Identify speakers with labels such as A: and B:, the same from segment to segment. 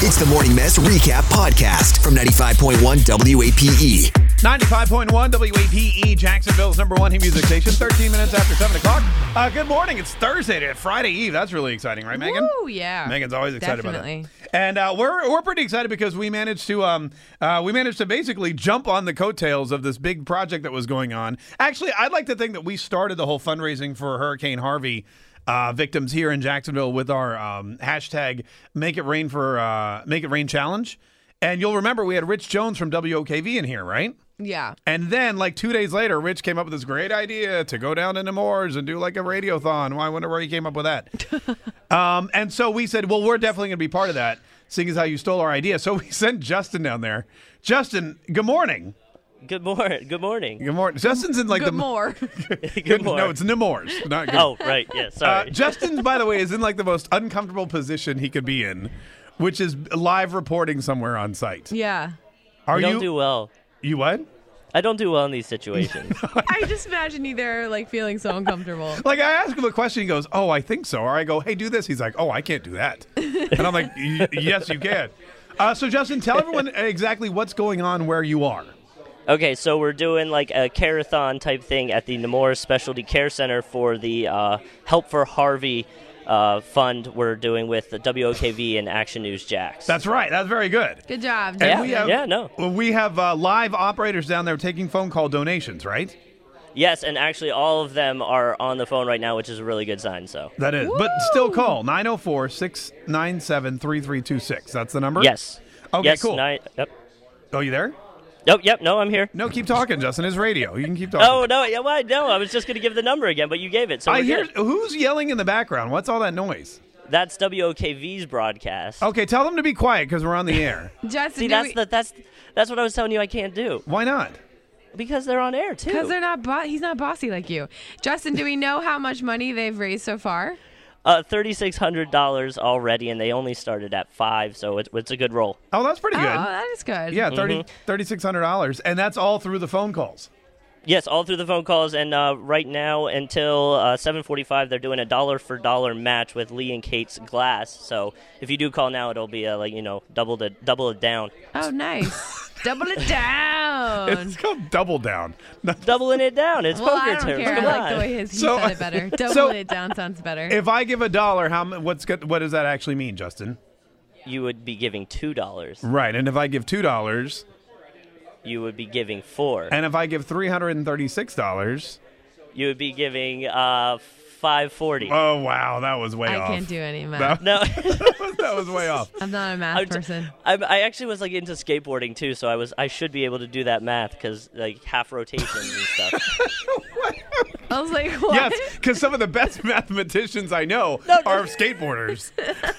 A: It's the Morning Mess Recap Podcast from 95.1 WAPE.
B: 95.1 WAPE, E, Jacksonville's number one hit music station, 13 minutes after 7 o'clock. Uh, good morning. It's Thursday, today, Friday Eve. That's really exciting, right, Megan?
C: Ooh, yeah.
B: Megan's always excited
C: Definitely.
B: about that. And uh, we're, we're pretty excited because we managed to um, uh, we managed to basically jump on the coattails of this big project that was going on. Actually, I'd like to think that we started the whole fundraising for Hurricane Harvey. Uh, victims here in Jacksonville with our um, hashtag Make It Rain for uh, Make It Rain Challenge, and you'll remember we had Rich Jones from WOKV in here, right?
C: Yeah.
B: And then, like two days later, Rich came up with this great idea to go down into Moores and do like a radiothon. Well, I wonder where he came up with that. um, and so we said, well, we're definitely going to be part of that, seeing as how you stole our idea. So we sent Justin down there. Justin, good morning.
D: Good morning. Good morning.
B: Good morning. Justin's in like
C: Good
B: the
C: more.
D: Good,
B: No, it's Nemours, not good.
D: Oh, right. Yeah.
B: Uh,
D: Sorry.
B: Justin, by the way, is in like the most uncomfortable position he could be in, which is live reporting somewhere on site.
C: yeah.
B: Are
D: I don't
B: you?
D: do well.
B: you what?
D: I don't do well in these situations.
C: I just imagine you there, like feeling so uncomfortable.
B: Like I ask him a question, he goes, "Oh, I think so." Or I go, "Hey, do this." He's like, "Oh, I can't do that," and I'm like, "Y- "Yes, you can." Uh, so, Justin, tell everyone exactly what's going on where you are.
D: okay, so we're doing like a carathon type thing at the Nemours Specialty Care Center for the uh, Help for Harvey uh, fund we're doing with the WOKV and Action News Jax.
B: That's right. That's very good.
C: Good job.
B: And
D: Yeah,
B: we have,
D: yeah, no.
B: well, We have uh, live operators down there taking phone call donations, right?
D: yes, and actually all of them are on the phone right now, which is a really good sign. So
B: That is. But still call 904 697 3326. That's the number?
D: yes.
B: Okay,
D: Yes,
B: cool.
D: ni- yep.
B: Oh, you there?
D: Yep. Yep. No, I'm here.
B: No, keep talking, Justin. It's radio. You can keep talking.
D: Oh no! Yeah, why? No, I was just gonna give the number again, but you gave it. So
B: I
D: we're
B: hear
D: good.
B: who's yelling in the background? What's all that noise?
D: that's WOKV's broadcast.
B: Okay, tell them to be quiet because we're on the air.
C: Justin,
D: See, that's the, that's that's what I was telling you I can't do
B: Why not?
D: because they're on air too.
C: because they're not. Bo- he's not bossy like you, Justin. Do we know how much money they've raised so far?
D: uh, thirty six hundred dollars already, and they only started at five, so it's, it's a good roll.
B: Oh, that's pretty
C: Oh,
B: good.
C: that is good.
B: yeah, 30 $3,600. And that's all through the phone calls.
D: Yes, all through the phone calls, and uh, right now until uh, seven forty five, they're doing a dollar for dollar match with Lee and Kate's Glass. So if you do call now, it'll be uh, like you know double the double it down,
C: Oh, nice. Double it down.
B: It's called double down.
D: doubling it down. It's
C: well,
D: poker
C: I don't
D: terms.
C: care.
D: Come
C: I like the
D: on.
C: way his he
B: So-
C: said it better. Double
B: so-
C: it down sounds better.
B: If I give a dollar, how mu- what's good, what does that actually mean, Justin?
D: you would be giving two dollars.
B: Right. And if I give $2
D: You would be giving four.
B: and if I give $336,
D: You would be giving uh, five forty.
B: oh wow, that was way
C: I
B: off.
C: can't do any math.
B: That,
D: no.
B: that was way off.
C: I'm not a
D: I,
C: math
D: would-
C: person.
D: I, I actually was like into skateboarding too, so I was I should be able to do that math because like half rotations and stuff.
C: I was like, what?
B: Yes, because some of the best mathematicians I know are skateboarders.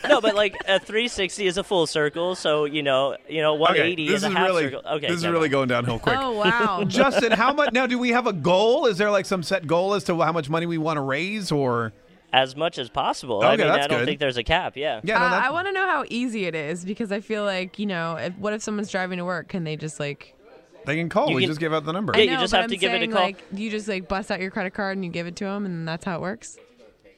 D: No, but like a 360 is a full circle, so you know you know 180
B: this
D: is a half
B: really
D: circle. Okay,
B: this is
D: never
B: really
D: mind.
B: going downhill quick.
C: Oh wow.
B: Justin, how much now? Do we have a goal? Is there like some set goal as to how much money we want to raise, or
D: as much as possible. I
B: Okay,
D: mean,
B: that's
D: I don't
B: good.
D: think there's a cap. Yeah.
B: yeah? No,
C: Uh,
B: that-
C: I want to know how easy it is because I feel like you know, if, what if someone's driving to work? Can they just like?
B: they can call.
D: you
B: We
D: can-
B: just give out the number.
D: Yeah,
C: I
D: you
C: know,
D: just
C: but
D: have
C: I'm
D: to give it a
C: saying,
D: call.
C: Like, you just like bust out your credit card and you give it to them, and that's how it works.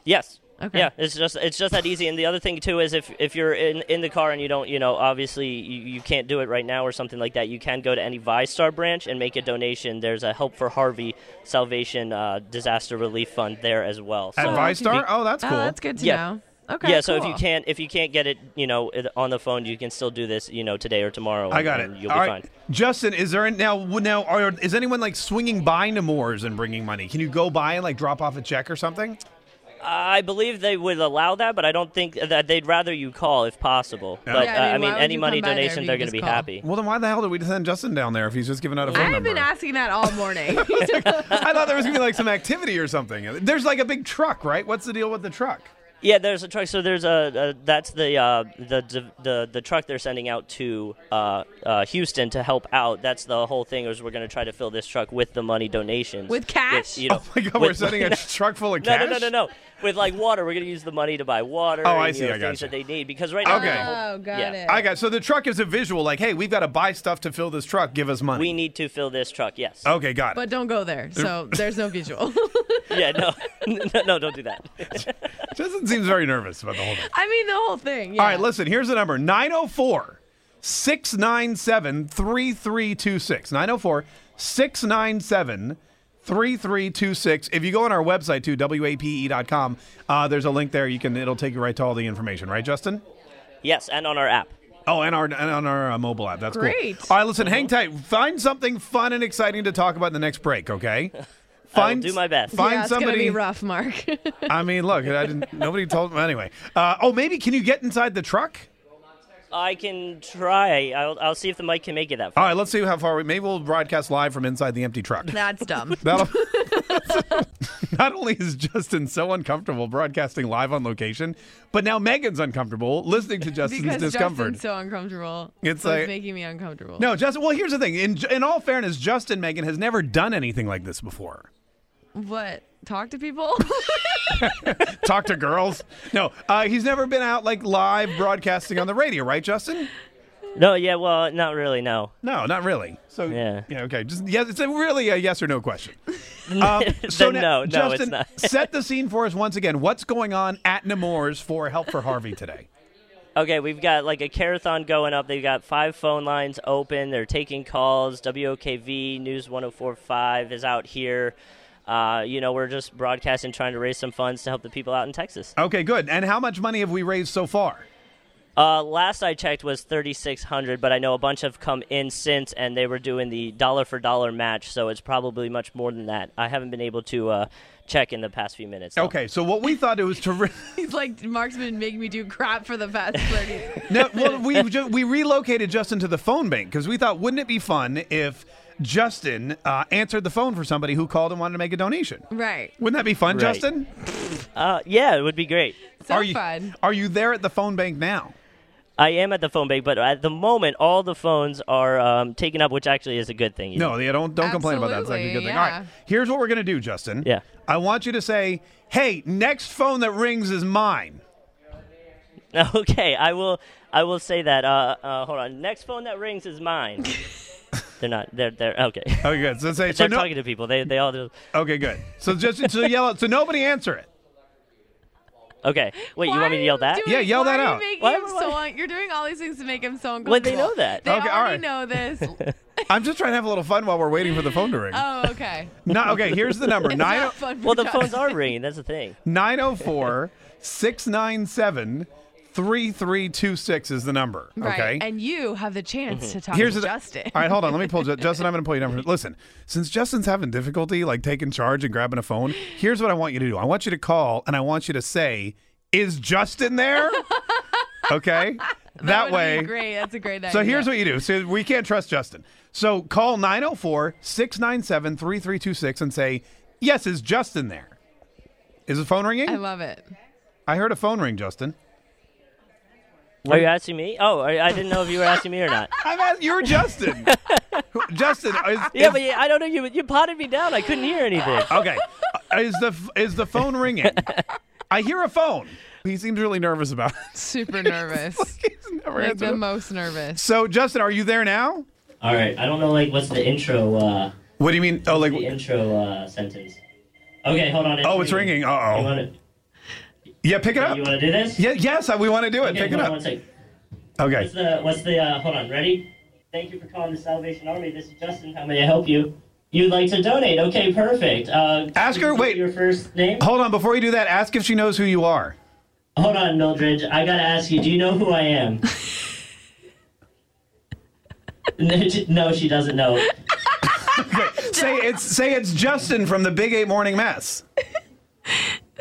D: Yes.
C: Okay.
D: Yeah, it's just it's just that easy. And the other thing too is if if you're in, in the car and you don't, you know, obviously you, you can't do it right now or something like that, you can go to any ViStar branch and make a donation. There's a Help for Harvey Salvation uh, Disaster Relief Fund there as well.
B: At
D: So-
B: ViStar? Oh, that's
C: Oh,
B: cool.
C: that's good to
D: Yeah.
C: know. Oh, Okay.
D: yeah, so if you
C: cool.
D: can't if you can't get it, you know, it- on the phone, you can still do this, you know, today or tomorrow.
B: I
D: and-
B: got it.
D: and You'll
B: All
D: be
B: right.
D: fine.
B: Justin, is there an- now now are, is anyone like swinging by Nemours and bringing money? Can you go by and like drop off a check or something?
D: I believe they would allow that, but I don't think that they'd rather you call if possible. But
C: Yeah, I mean, why
D: uh, I mean
C: would
D: any
C: you
D: money
C: come by there if
D: donation,
C: you
D: they're
C: could just
D: going to be
C: call?
D: happy.
B: Well, then why the hell did we send Justin down there if he's just giving out a phone
C: I've
B: number?
C: been asking that all morning.
B: I thought there was gonna be like some activity or something. There's like a big truck, right? What's the deal with the truck?
D: Yeah, there's a truck. So there's a, a that's the uh, the the the truck they're sending out to uh, uh, Houston to help out. That's the whole thing. Is we're going to try to fill this truck with the money donations
C: With cash?
D: you know,
B: Oh my god, we're
D: with-
B: sending a truck full of
D: No,
B: cash.
D: no, no, no, no. With like water, we're going to use the money to buy water.
B: Oh, I
D: and,
B: see,
D: You know,
B: I
D: things
B: gotcha.
D: that they need because right now.
B: Okay.
D: the whole-
C: Oh, got
D: yeah.
C: it.
B: I got so the truck is a visual, like, hey, we've got to buy stuff to fill this truck. Give us money.
D: We need to fill this truck. Yes.
B: okay, got
C: but
B: it.
C: don't go there. So there's no visual.
D: Yeah. No. no. No. Don't do that.
B: Justin's seems very nervous about the whole thing.
C: I mean, the whole thing.
B: All right,
C: yeah.
B: listen, here's the number 904 697 3326. 904 697 3326. If you go on our website too, wape.com, E uh, there's a link there. You can It'll take you right to all the information, right, Justin?
D: Yes, and on our app.
B: Oh, and, our, and on our uh, mobile app. That's
C: Great. Uh-huh.
B: cool. All right, listen, hang tight. Find something fun and exciting to talk about in the next break, okay? Find,
D: do my best.
B: Find
C: yeah, it's
B: somebody.
C: gonna be rough, Mark.
B: I mean, look, I didn't. Nobody told. Anyway, uh, oh, maybe can you get inside the truck?
D: I can try. I'll, I'll see if the mic can make it that
B: All
D: far.
B: right, let's see how far we. Maybe we'll broadcast live from inside the empty truck.
C: That's dumb.
B: That'll. Not only is Justin so uncomfortable broadcasting live on location, but now Megan's uncomfortable listening to Justin's
C: because
B: discomfort.
C: Justin's so uncomfortable.
B: It's
C: so
B: like-
C: it's making me uncomfortable.
B: no, Justin. Well, here's the thing. In in all fairness, Justin Megan has never done anything like this before.
C: What? Talk to people?
B: Talk to girls. No, uh, he's never been out like live broadcasting on the radio, right, Justin? Oh.
D: No, yeah, well, not really, no.
B: No, not really. So
D: Yeah.
B: okay. Just yes, it's a really a yes or no question. Um,
D: Then
B: now,
D: no, no, it's
B: Justin,
D: not.
B: set the scene for us once again. What's going on at Nemours for Help for Harvey today?
D: Okay, we've got like a carathon going up. They've got five phone lines open. They're taking calls. WOKV News 1045 is out here. Uh, you know, we're just broadcasting, trying to raise some funds to help the people out in Texas.
B: Okay, good. And how much money have we raised so far?
D: Uh, last I checked was 3,600, but I know a bunch have come in since, and they were doing the dollar for dollar match, so it's probably much more than that. I haven't been able to uh, check in the past few minutes. though.
B: Okay, so what we thought it was to re-
C: He's like, Mark's been making me do crap for the past 30.
B: no, well, we ju- we relocated Justin to the phone bank because we thought wouldn't it be fun if Justin uh, answered the phone for somebody who called and wanted to make a donation?
C: right.
B: Wouldn't that be fun,
D: Right.
B: Justin?
D: Uh, yeah, it would be great.
C: So
B: are you
C: fun.
B: are you there at the phone bank now?
D: I am at the phone bank, but at the moment, all the phones are um, taken up, which actually is a good thing. you know.
B: No, yeah, don't don't complain about that. It's actually a good thing. All right,
C: Absolutely,
B: here's what we're gonna do, Justin.
D: Yeah.
B: I want you to say, "Hey, next phone that rings is mine."
D: Okay, I will. I will say that. Uh, uh, hold on. Next phone that rings is mine. they're not. They're. They're. Okay.
B: Okay, good. So say so.
D: they're
B: No,
D: talking to people. They. They all do.
B: okay, good. So just so yell out. So nobody answer it.
D: Okay. Wait.
C: Why
D: you want me
C: are
D: to yell that?
C: doing-
B: Yeah, yell
C: why
B: that
C: are
B: out.
C: You making
D: Why-
C: him so
D: why-
C: un- you're doing all these things to make him so uncomfortable.
D: Well, they know that.
C: They
B: Okay, all
C: already
B: right.
C: know this.
B: I'm just trying to have a little fun while we're waiting for the phone to ring.
C: oh, okay.
B: no, okay. Here's the number
C: It's
B: nine oh,
C: not fun for
D: Well, the
C: Justin.
D: phones are ringing. That's the thing.
B: nine zero four six nine seven three three two six is the number.
C: Right.
B: Okay.
C: And you have the chance
D: Mm-hmm.
C: to talk to
B: the-
C: Justin.
B: All right, hold on. Let me pull Ju- Justin. I'm going to pull you down. For, listen, since Justin's having difficulty like taking charge and grabbing a phone, here's what I want you to do. I want you to call and I want you to say, "Is Justin there?" Okay. that,
C: would
B: way.
C: Be great. That's a great idea.
B: So here's what you do. So we can't trust Justin. So call 904-697-3326 and say, "Yes, is Justin there?" Is the phone ringing?
C: I
B: I
C: love it.
B: heard a phone ring, Justin.
D: Are you asking me? Oh, I I didn't know if you were asking me or not.
B: I'm asking, you're Justin. Who- Justin, is,
D: Yeah,
B: is-
D: but yeah, I don't know. You you potted me down. I couldn't hear anything.
B: Okay. Uh, Is the is the phone ringing? I hear a phone. He seems really nervous about it.
C: Super nervous.
B: He's never
C: like
B: answered
C: the
B: it.
C: most nervous.
B: So, Justin, are you there now?
D: All right. I don't know. Like, what's the intro? Uh,
B: What do you mean? Oh, like
D: intro uh, sentence. Okay, hold on.
B: oh, it's ringing. Uh oh.
D: to?
B: Yeah, pick it up.
D: want to do this?
B: Yeah, yes, I- we want to do it. Pick it up. Okay.
D: the what's the uh, hold on ready? Thank you for calling the Salvation Army. This is Justin. How may I help you? You'd like to donate? Okay, perfect. Uh,
B: Ask her-
D: can you give
B: wait.
D: me Your first name?
B: Hold on. Before you do that, ask if she knows who you are.
D: Hold on, Mildred. I gotta ask you. Do you know who I am? no, she- no, she doesn't know.
B: Say it's say it's Justin from the Big Eight Morning Mess.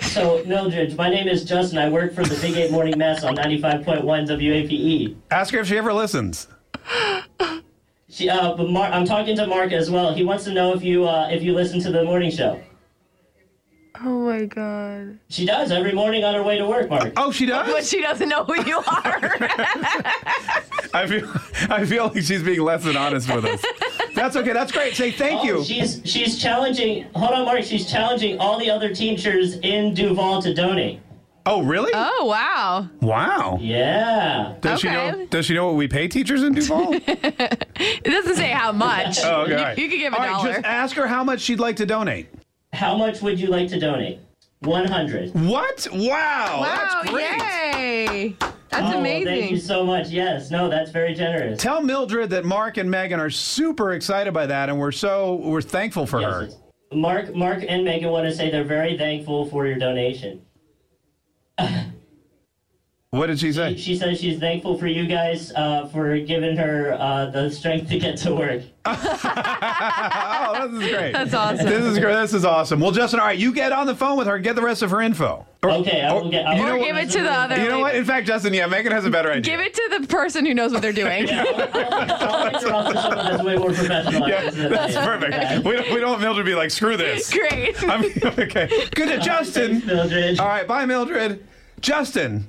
D: So, Mildred, my name is Justin. I work for the Big Eight Morning Mass on ninety-five point one WAPe.
B: Ask her if she ever listens.
D: She, uh, but Mar- I'm talking to Mark as well. He wants to know if you uh, if you listen to the morning show.
C: Oh my god.
D: She does every morning on her way to work, Mark.
B: Oh, she
C: But
B: does.
C: she doesn't know who you are.
B: I feel I feel like she's being less than honest with us. That's okay. That's great. Say
D: Oh,
B: thank you.
D: She's she's challenging. Hold on, Mark. She's challenging all the other teachers in Duval to donate.
B: Oh, really?
C: oh wow.
B: Wow.
D: Yeah.
B: Does she
C: Okay.
B: know? Does she know what we pay teachers in Duval?
C: It doesn't say how much.
B: Oh, okay.
C: You-
B: all right.
C: You, could give a
B: All right,
C: dollar.
B: Just ask her how much she'd like to donate.
D: How much would you like to donate? 100.
B: What? Wow.
C: wow!
B: That's great.
C: Yay! That's
D: Oh, well,
C: amazing.
D: thank you so much. Yes. No, that's very generous.
B: Tell Mildred that Mark and Megan are super excited by that, and we're so we're thankful for
D: Yes,
B: her.
D: it's- Mark, Mark, and Megan want to say they're very thankful for your donation.
B: What did she say?
D: She says she's thankful for you guys uh, for giving her uh, the strength to get to work.
B: Oh, this is great.
C: That's awesome.
B: This is great. This is awesome. Well, Justin, all right, you get on the phone with her and get the rest of her info. Or-
D: Okay, I
B: or-
D: will get. I
B: you
D: will
B: know
C: or
B: what-
C: give it to the other.
B: You know what? In fact, Justin, yeah, Megan has a better idea.
C: Give it to the person who knows what they're doing.
D: I'll figure out someone that's way more professional. at
B: Yeah,
D: this than
B: that's
D: I am.
B: perfect. We don't, we don't want Mildred to be like, screw this.
C: Great.
B: I'm, okay. Good to Justin.
D: Mildred.
B: All right, bye, Mildred. Justin,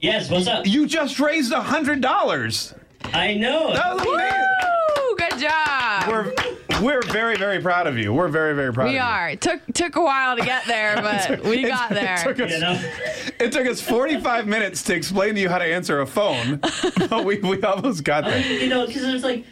D: Yes, what's up?
B: you just raised a hundred dollars.
D: I know.
B: That was amazing.
C: Woo! Good
B: We're
C: job.
B: we're very very proud of you. We're very very proud. of
C: We
B: you.
C: are. It took took a while to get there, but we
B: It-
C: got there.
B: It took, us,
D: You know?
B: it took us 45 minutes to explain to you how to answer a phone, but we, we almost got there.
D: you know, because it was like,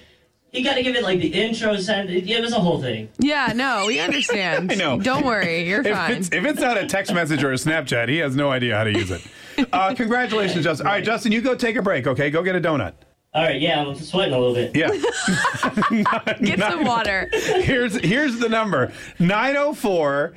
D: you got to give it like the intro sound. It, it was a whole thing.
C: yeah, no, we understand.
B: I know.
C: Don't worry, you're
B: If
C: fine.
B: it's, if it's not a text message or a Snapchat, he has no idea how to use it. Uh, congratulations, Justin. All right, Justin, you go take a break, okay? Go get a donut.
D: All right, yeah, I'm sweating a little bit.
B: Yeah.
C: Get some water.
B: Here's here's the number 904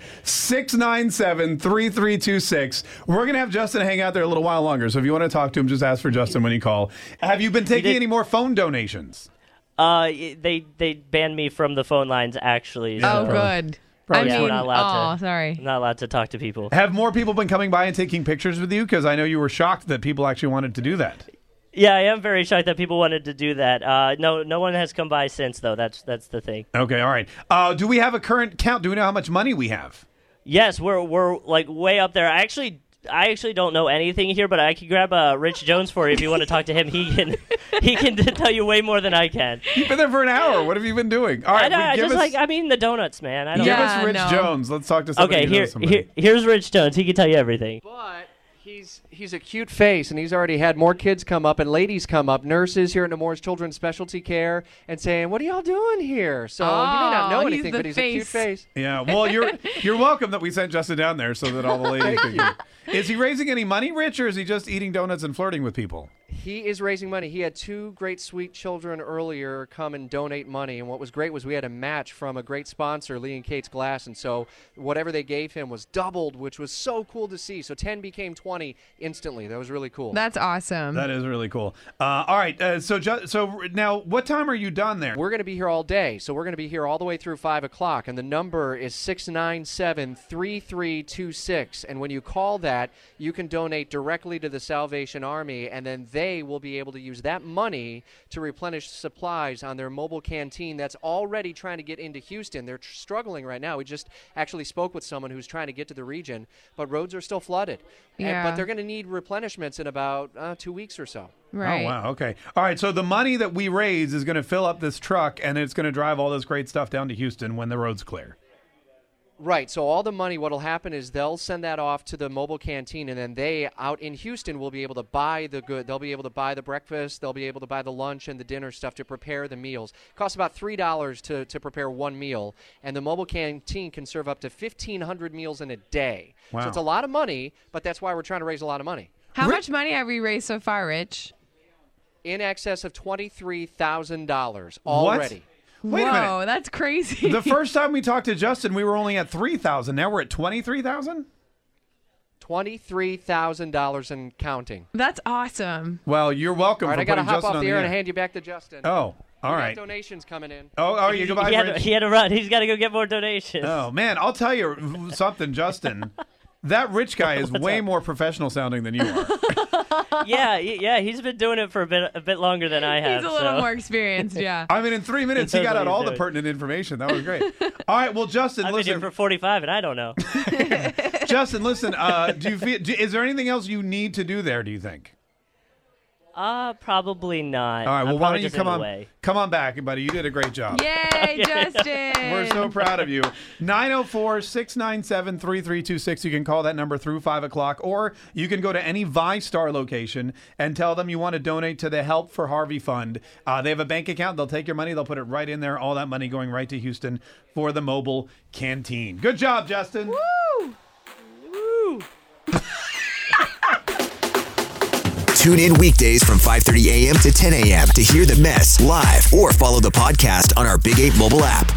B: 697 3326. We're going to have Justin hang out there a little while longer. So if you want to talk to him, just ask for Justin when you call. Have you been taking
D: did-
B: any more phone donations?
D: Uh, y- they they banned me from the phone lines actually. So
C: Oh, good.
B: Probably
D: yeah,
C: I
D: we're
C: mean,
D: not allowed
C: oh,
D: to. I'm
C: sorry.
D: not allowed to talk to people.
B: Have more people been coming by and taking pictures with you? Because I know you were shocked that people actually wanted to do that.
D: Yeah, I am very shocked that people wanted to do that. Uh, no, no one has come by since though. That's that's the thing.
B: Okay, all right. Uh, do we have a current count? Do we know how much money we have?
D: Yes, we're we're like way up there. I actually I actually don't know anything here, but I can grab uh, Rich Jones for you if you want to talk to him. He can he can tell you way more than I can.
B: You've been there for an hour. What have you been doing? All
D: I,
B: right,
D: know,
B: we-
D: I
B: give
D: just
B: us,
D: like I mean the donuts, man. I don't
B: give
C: Yeah,
B: us Rich
C: no.
B: Jones. Let's talk to somebody.
D: Okay,
B: who knows
D: here,
B: somebody.
D: here here's Rich Jones. He can tell you everything.
E: But he's he's a cute face, and he's already had more kids come up and ladies come up, nurses here at Nemours Children's Specialty Care, and saying, "What are y'all doing here?" So he may not
C: Oh,
E: know
C: he's
E: anything,
C: the
E: but he's a cute
C: face.
E: face.
B: Yeah, well, you're you're welcome that we sent Justin down there so that all the ladies can. Is he raising any money, Rich, or is he just eating donuts and flirting with people?
E: He is raising money. He had two great sweet children earlier come and donate money, and what was great was we had a match from a great sponsor, Lee and Kate's Glass, and so whatever they gave him was doubled, which was so cool to see. So ten became twenty instantly. That was really cool.
C: That's awesome.
B: That is really cool. Uh, all right, uh, so ju- so now, what time are you done there?
E: We're going to be here all day, so we're going to be here all the way through five o'clock, and the number is six nine seven three three two six. And when you call that, you can donate directly to the Salvation Army, and then they will be able to use that money to replenish supplies on their mobile canteen that's already trying to get into Houston. They're tr- struggling right now. We just actually spoke with someone who's trying to get to the region, but roads are still flooded. And-
C: Yeah.
E: but they're going to need replenishments in about uh, two weeks or so.
C: right.
B: Oh wow! Okay. All right. So the money that we raise is going to fill up this truck, and it's going to drive all this great stuff down to Houston when the road's clear.
E: Right. So all the money, what'll happen is they'll send that off to the mobile canteen, and then they out in Houston will be able to buy the good. They'll be able to buy the breakfast. They'll be able to buy the lunch and the dinner stuff to prepare the meals. costs about three dollars to to prepare one meal, and the mobile canteen can serve up to fifteen hundred meals in a day.
B: Wow.
E: So it's a lot of money, but that's why we're trying to raise a lot of money.
C: How
B: Ri-
C: much money have we raised so far, Rich?
E: In excess of twenty three thousand dollars
B: What?
E: already.
B: Wait
C: Whoa,
B: a minute.
C: that's crazy.
B: The first time we talked to Justin, we were only at three thousand. Now we're at twenty three thousand.
E: Twenty three thousand dollars and counting.
C: that's awesome.
B: Well, you're welcome
E: All right,
B: for
E: I gotta
B: putting
E: hop
B: Justin
E: off
B: on
E: the
B: the
E: air and hand you back to Justin.
B: Oh, all
E: We got
B: right.
E: Donations coming in.
B: Oh, oh, you goodbye,
D: he, had,
B: Rich.
D: he had a run. He's got to go get more donations.
B: Oh man, I'll tell you something, Justin. That rich guy is way more professional sounding than you are.
D: Yeah, he- yeah, he's been doing it for a bit a bit longer than I have.
C: He's a little
D: so.
C: more experienced, yeah.
B: I mean, in three minutes, he
D: That's
B: got out
D: what he's
B: all the
D: doing.
B: pertinent information. That was great. All right, well, Justin,
D: I've been
B: listen,
D: here for 45 and I don't know.
B: Justin, listen. Uh, do you feel? Do, is there anything else you need to do there? Do you think?
D: Uh, probably not.
B: All right.
D: I'm
B: Well, why
D: probably
B: don't you
D: just
B: come
D: in the
B: on?
D: way.
B: Come on back, buddy. You did a great job.
C: Yay, Justin.
B: We're so proud of you. 904 697 3326. You can call that number through 5 o'clock, or you can go to any ViStar location and tell them you want to donate to the Help for Harvey Fund. Uh, they have a bank account. They'll take your money, they'll put it right in there. All that money going right to Houston for the mobile canteen. Good job, Justin.
C: Woo!
A: Tune in weekdays from 5:30 a.m. to 10 a.m. to hear the mess live or follow the podcast on our Big 8 mobile app.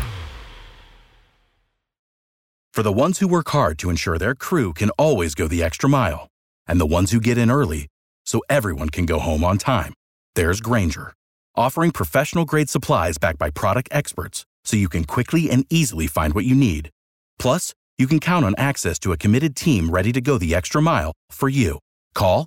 F: For the ones who work hard to ensure their crew can always go the extra mile, and the ones who get in early so everyone can go home on time, there's Granger, offering professional grade supplies backed by product experts so you can quickly and easily find what you need. Plus, you can count on access to a committed team ready to go the extra mile for you. Call,